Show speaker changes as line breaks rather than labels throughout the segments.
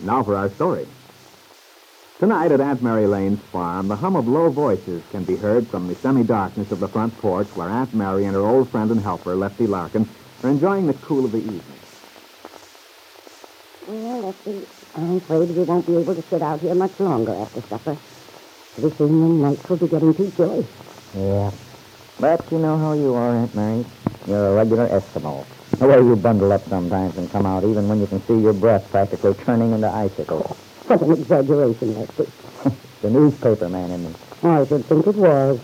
Now for our story. Tonight at Aunt Mary Lane's farm, the hum of low voices can be heard from the semi-darkness of the front porch where Aunt Mary and her old friend and helper, Lefty Larkin, are enjoying the cool of the evening.
Well, Lefty, I'm afraid we won't be able to sit out here much longer after supper. This evening nights will be getting too chilly.
Yeah. But you know how you are, Aunt Mary. You're a regular Eskimo. The way you bundle up sometimes and come out even when you can see your breath practically turning into icicles.
What an exaggeration, Lefty.
The newspaper man in me.
I should think it was.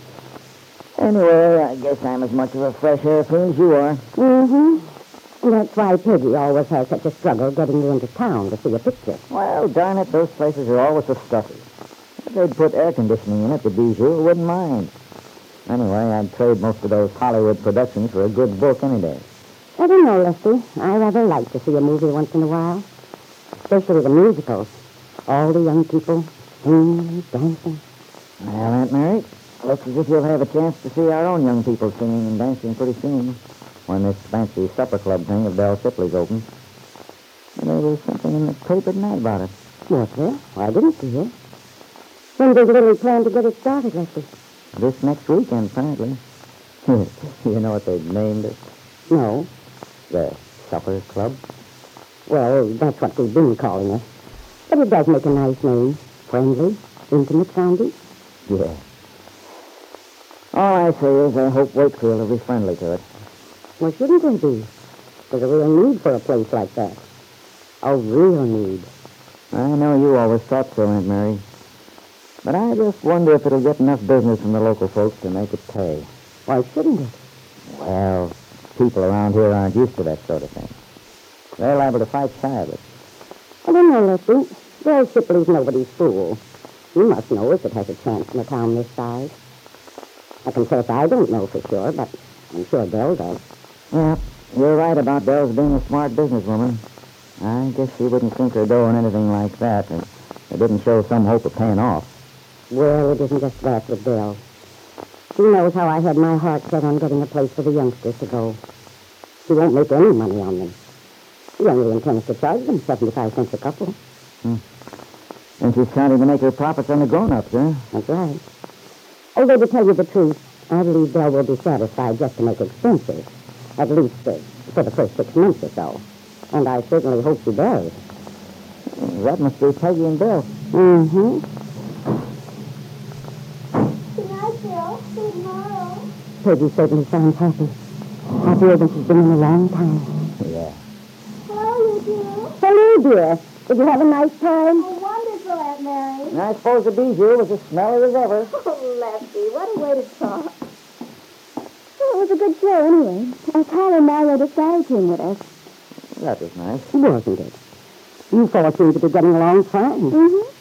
Anyway, I guess I'm as much of a fresh air fiend as you are.
Mm-hmm. That's why Peggy always has such a struggle getting you into town to see a picture.
Well, darn it, those places are always so stuffy. If they'd put air conditioning in it, the Bijou wouldn't mind. Anyway, I'd trade most of those Hollywood productions for a good book any day.
I don't know, Lefty. I rather like to see a movie once in a while, especially the musicals. All the young people Mm, singing, dancing.
Well, Aunt Mary, looks as if you'll have a chance to see our own young people singing and dancing pretty soon when this fancy supper club thing of Belle Shipley's opens. And there was something in the paper tonight about it.
Was there? I didn't see it. When did Lily plan to get it started, Lefty?
This next weekend, apparently. you know what they've named it?
No.
The Supper Club.
Well, that's what we've been calling it. But it does make a nice name. Friendly, intimate sounding.
Yeah. All I say is I hope Wakefield will be friendly to it.
Well, shouldn't they be? There's a real need for a place like that. A real need.
I know you always thought so, Aunt Mary. But I just wonder if it'll get enough business from the local folks to make it pay.
Why shouldn't it?
Well, people around here aren't used to that sort of thing. They're liable to fight shy of it.
I don't know, Lefty. Bill Shipley's nobody's fool. You must know if it has a chance in a town this size. I confess I don't know for sure, but I'm sure Bill does.
Yeah, you're right about Belle's being a smart businesswoman. I guess she wouldn't sink her dough in anything like that if it didn't show some hope of paying off.
Well, it isn't just that with Bill. He knows how I had my heart set on getting a place for the youngsters to go. He won't make any money on them. He only intends to charge them 75 cents a couple.
Hmm. And she's counting to make her profits on the grown-ups, huh?
That's right. Although, to tell you the truth, I believe Bill will be satisfied just to make expenses, at least uh, for the first six months or so. And I certainly hope he does.
That must be Peggy and Bill.
Mm-hmm.
Tonight, Bill. Tomorrow.
Peggy certainly sounds happy. Happier than she's been in a long time.
Yeah.
How are you, Bill?
Hello, dear. Did you have a nice time?
Oh, wonderful, Aunt Mary.
And I suppose the Bijou was as smelly as ever.
Oh, Lefty, what a way to talk.
Well, it was a good show anyway. Uh, Carl and Mario decided came with us.
That was nice.
Wasn't it? You fellas seem to be getting along fine.
Mm-hmm.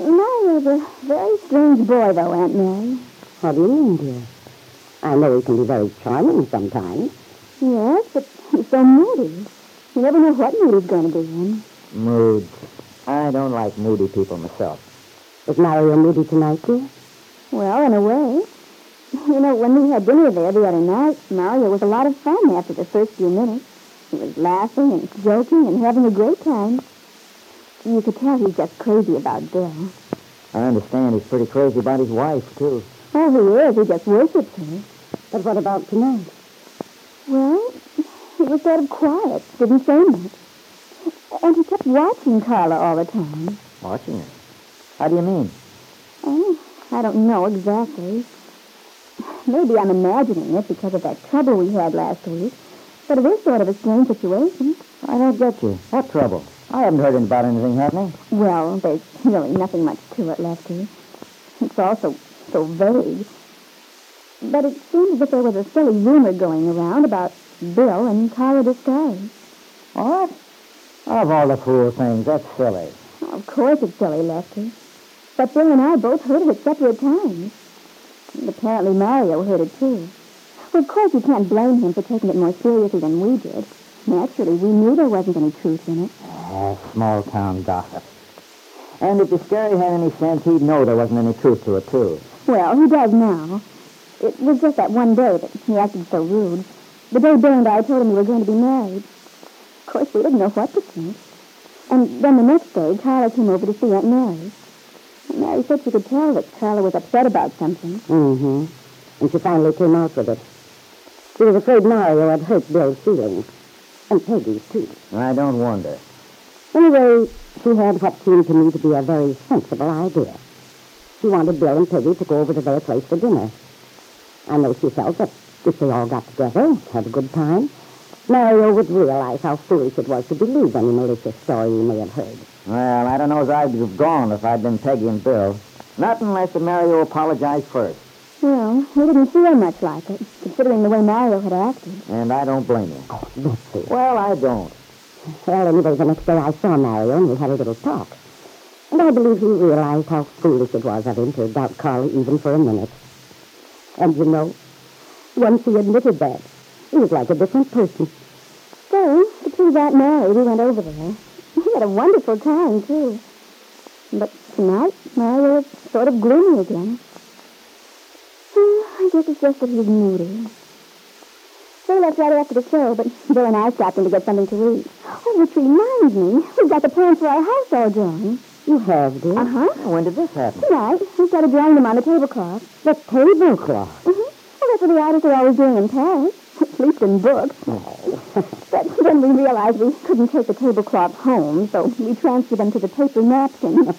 Mario's a very strange boy, though, Aunt Mary.
How do you mean, dear? I know he can be very charming sometimes.
Yes, but he's so moody. You never know what mood he's going to be in.
Moods. I don't like moody people myself.
Is Mario moody tonight, dear?
Well, in a way. You know, when we had dinner there the other night, Mario was a lot of fun after the first few minutes. He was laughing and joking and having a great time. You could tell he's just crazy about Bill.
I understand he's pretty crazy about his wife, too.
Oh, he is. He just worships her.
But what about tonight?
Well, he was sort of quiet, didn't say much. And he kept watching Carla all the time.
Watching her. How do you mean?
Oh, I don't know exactly. Maybe I'm imagining it because of that trouble we had last week. But it is sort of a strange situation.
I don't get you. What trouble? I haven't heard about anything happening.
Well, there's really nothing much to it, Lefty. It's also so vague. But it seems as if there was a silly rumor going around about Bill and Carla Descartes.
What? Of all the fool things, that's silly.
Of course it's silly, Lefty. But Bill and I both heard it at separate times. And apparently Mario heard it, too. Well, of course you can't blame him for taking it more seriously than we did. Naturally, we knew there wasn't any truth in it.
Ah, small town gossip. And if Descari had any sense, he'd know there wasn't any truth to it, too.
Well, he does now. It was just that one day that he acted so rude. The day Bill and I told him we were going to be married. Of course, we didn't know what to think. And then the next day, Carla came over to see Aunt Mary. And Mary said she could tell that Carla was upset about something.
Mm-hmm. And she finally came out with it. She was afraid Mario had hurt Bill's feelings. And Peggy's, too.
I don't wonder.
Anyway, she had what seemed to me to be a very sensible idea. She wanted Bill and Peggy to go over to their place for dinner. I know she felt that if they all got together, had a good time, Mario would realize how foolish it was to believe any malicious story he may have heard.
Well, I don't know as I'd have gone if I'd been Peggy and Bill. Not unless Mario apologized first.
Well, we didn't feel much like it, considering the way Mario had acted.
And I don't blame him.
Betsy.
Well, I don't.
Well, anyway, the next day I saw Mario and we had a little talk. And I believe he realized how foolish it was of him to doubt Carly even for a minute. And you know, once he admitted that, he was like a different person.
So, to prove Aunt Mary, we went over there. We had a wonderful time, too. But tonight, Mario is sort of gloomy again. Hmm, I guess it's just that he's moody. They left right after the show, but Bill and I stopped in to get something to eat. Oh, which reminds me, we've got the plans for our house all drawn.
You have, dear.
Uh-huh.
When did this happen?
Tonight, we started drawing them on the tablecloth.
The tablecloth.
Mm-hmm. Well, that's what the artists are always doing in Paris, at least in books. but then we realized we couldn't take the tablecloth home, so we transferred them to the paper napkin.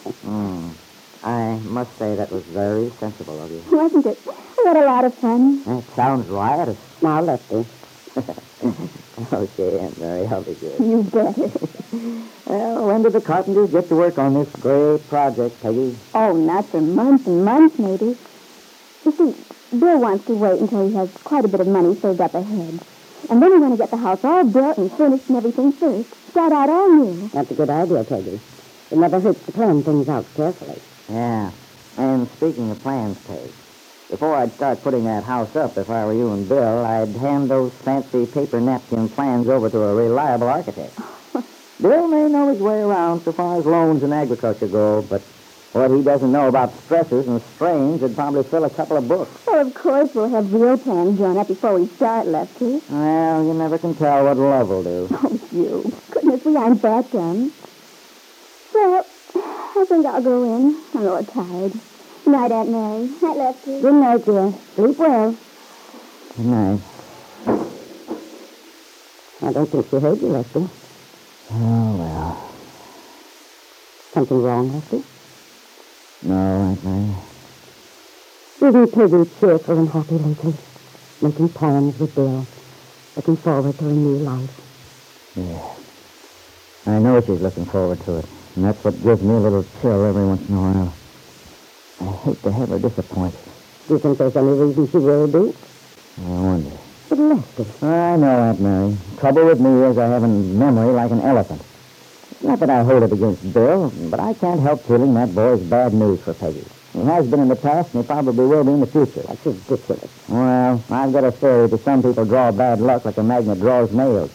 I must say that was very sensible of you.
Wasn't it? We had a lot of fun.
That sounds riotous.
Now, Lefty,
Okay, Aunt Mary, I'll be good.
You bet.
Well, when do the carpenters get to work on this great project, Peggy?
Oh, not for months and months, maybe. You see, Bill wants to wait until he has quite a bit of money saved up ahead. And then we want to get the house all built and furnished and everything first. Start out all new.
that's a good idea, Peggy. It never hurts to plan things out carefully.
Yeah. And speaking of plans, Peg, before I'd start putting that house up, if I were you and Bill, I'd hand those fancy paper napkin plans over to a reliable architect. Bill may know his way around so far as loans and agriculture go, but what he doesn't know about stresses and strains would probably fill a couple of books.
Well, of course, we'll have real plans drawn up before we start, Lefty.
Well, you never can tell what love will do.
Oh, you. Goodness, we aren't that dumb. Well, I think I'll go in. I'm a little tired. Night, Aunt Mary. Night, Lefty.
Good night, dear. Sleep well.
Good night.
I don't think she heard you, Lefty.
Oh, well.
Something wrong, Lefty?
No, Aunt Mary.
Isn't Peggy cheerful and happy lately? Making plans with Bill. Looking forward to a new life.
Yeah. I know she's looking forward to it, and that's what gives me a little chill every once in a while. I hate to have her disappointed.
Do you think there's any reason she will be?
I wonder.
But Lefty,
I know, Aunt Mary. Trouble with me is I have a memory like an elephant. It's not that I hold it against Bill, but I can't help feeling that boy's bad news for Peggy. He has been in the past, and he probably will be in the future.
that's ridiculous.
Well, I've got a theory that some people draw bad luck like a magnet draws nails.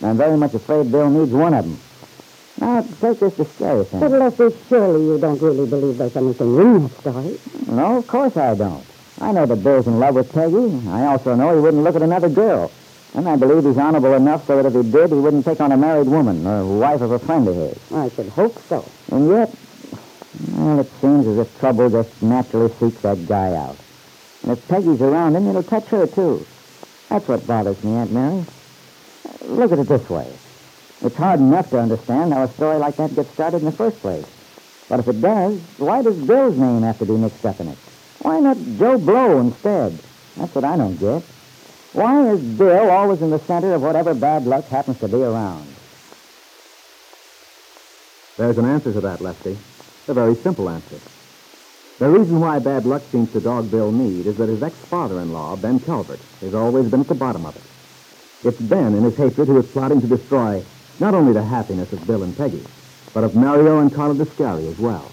And I'm very much afraid Bill needs one of them. Now, take this to scary thing.
But Lefty, surely you don't really believe there's anything in that story.
No, of course I don't. I know that Bill's in love with Peggy. I also know he wouldn't look at another girl. And I believe he's honorable enough so that if he did, he wouldn't take on a married woman or wife of a friend of his.
I should hope so.
And yet, well, it seems as if trouble just naturally seeks that guy out. And if Peggy's around him, it'll touch her, too. That's what bothers me, Aunt Mary. Uh, Look at it this way. It's hard enough to understand how a story like that gets started in the first place. But if it does, why does Bill's name have to be mixed up in it? Why not Joe Blow instead? That's what I don't get. Why is Bill always in the center of whatever bad luck happens to be around?
There's an answer to that, Lefty. A very simple answer. The reason why bad luck seems to dog Bill Meade is that his ex-father-in-law, Ben Calvert, has always been at the bottom of it. It's Ben in his hatred who is plotting to destroy not only the happiness of Bill and Peggy, but of Mario and Carla Descari as well.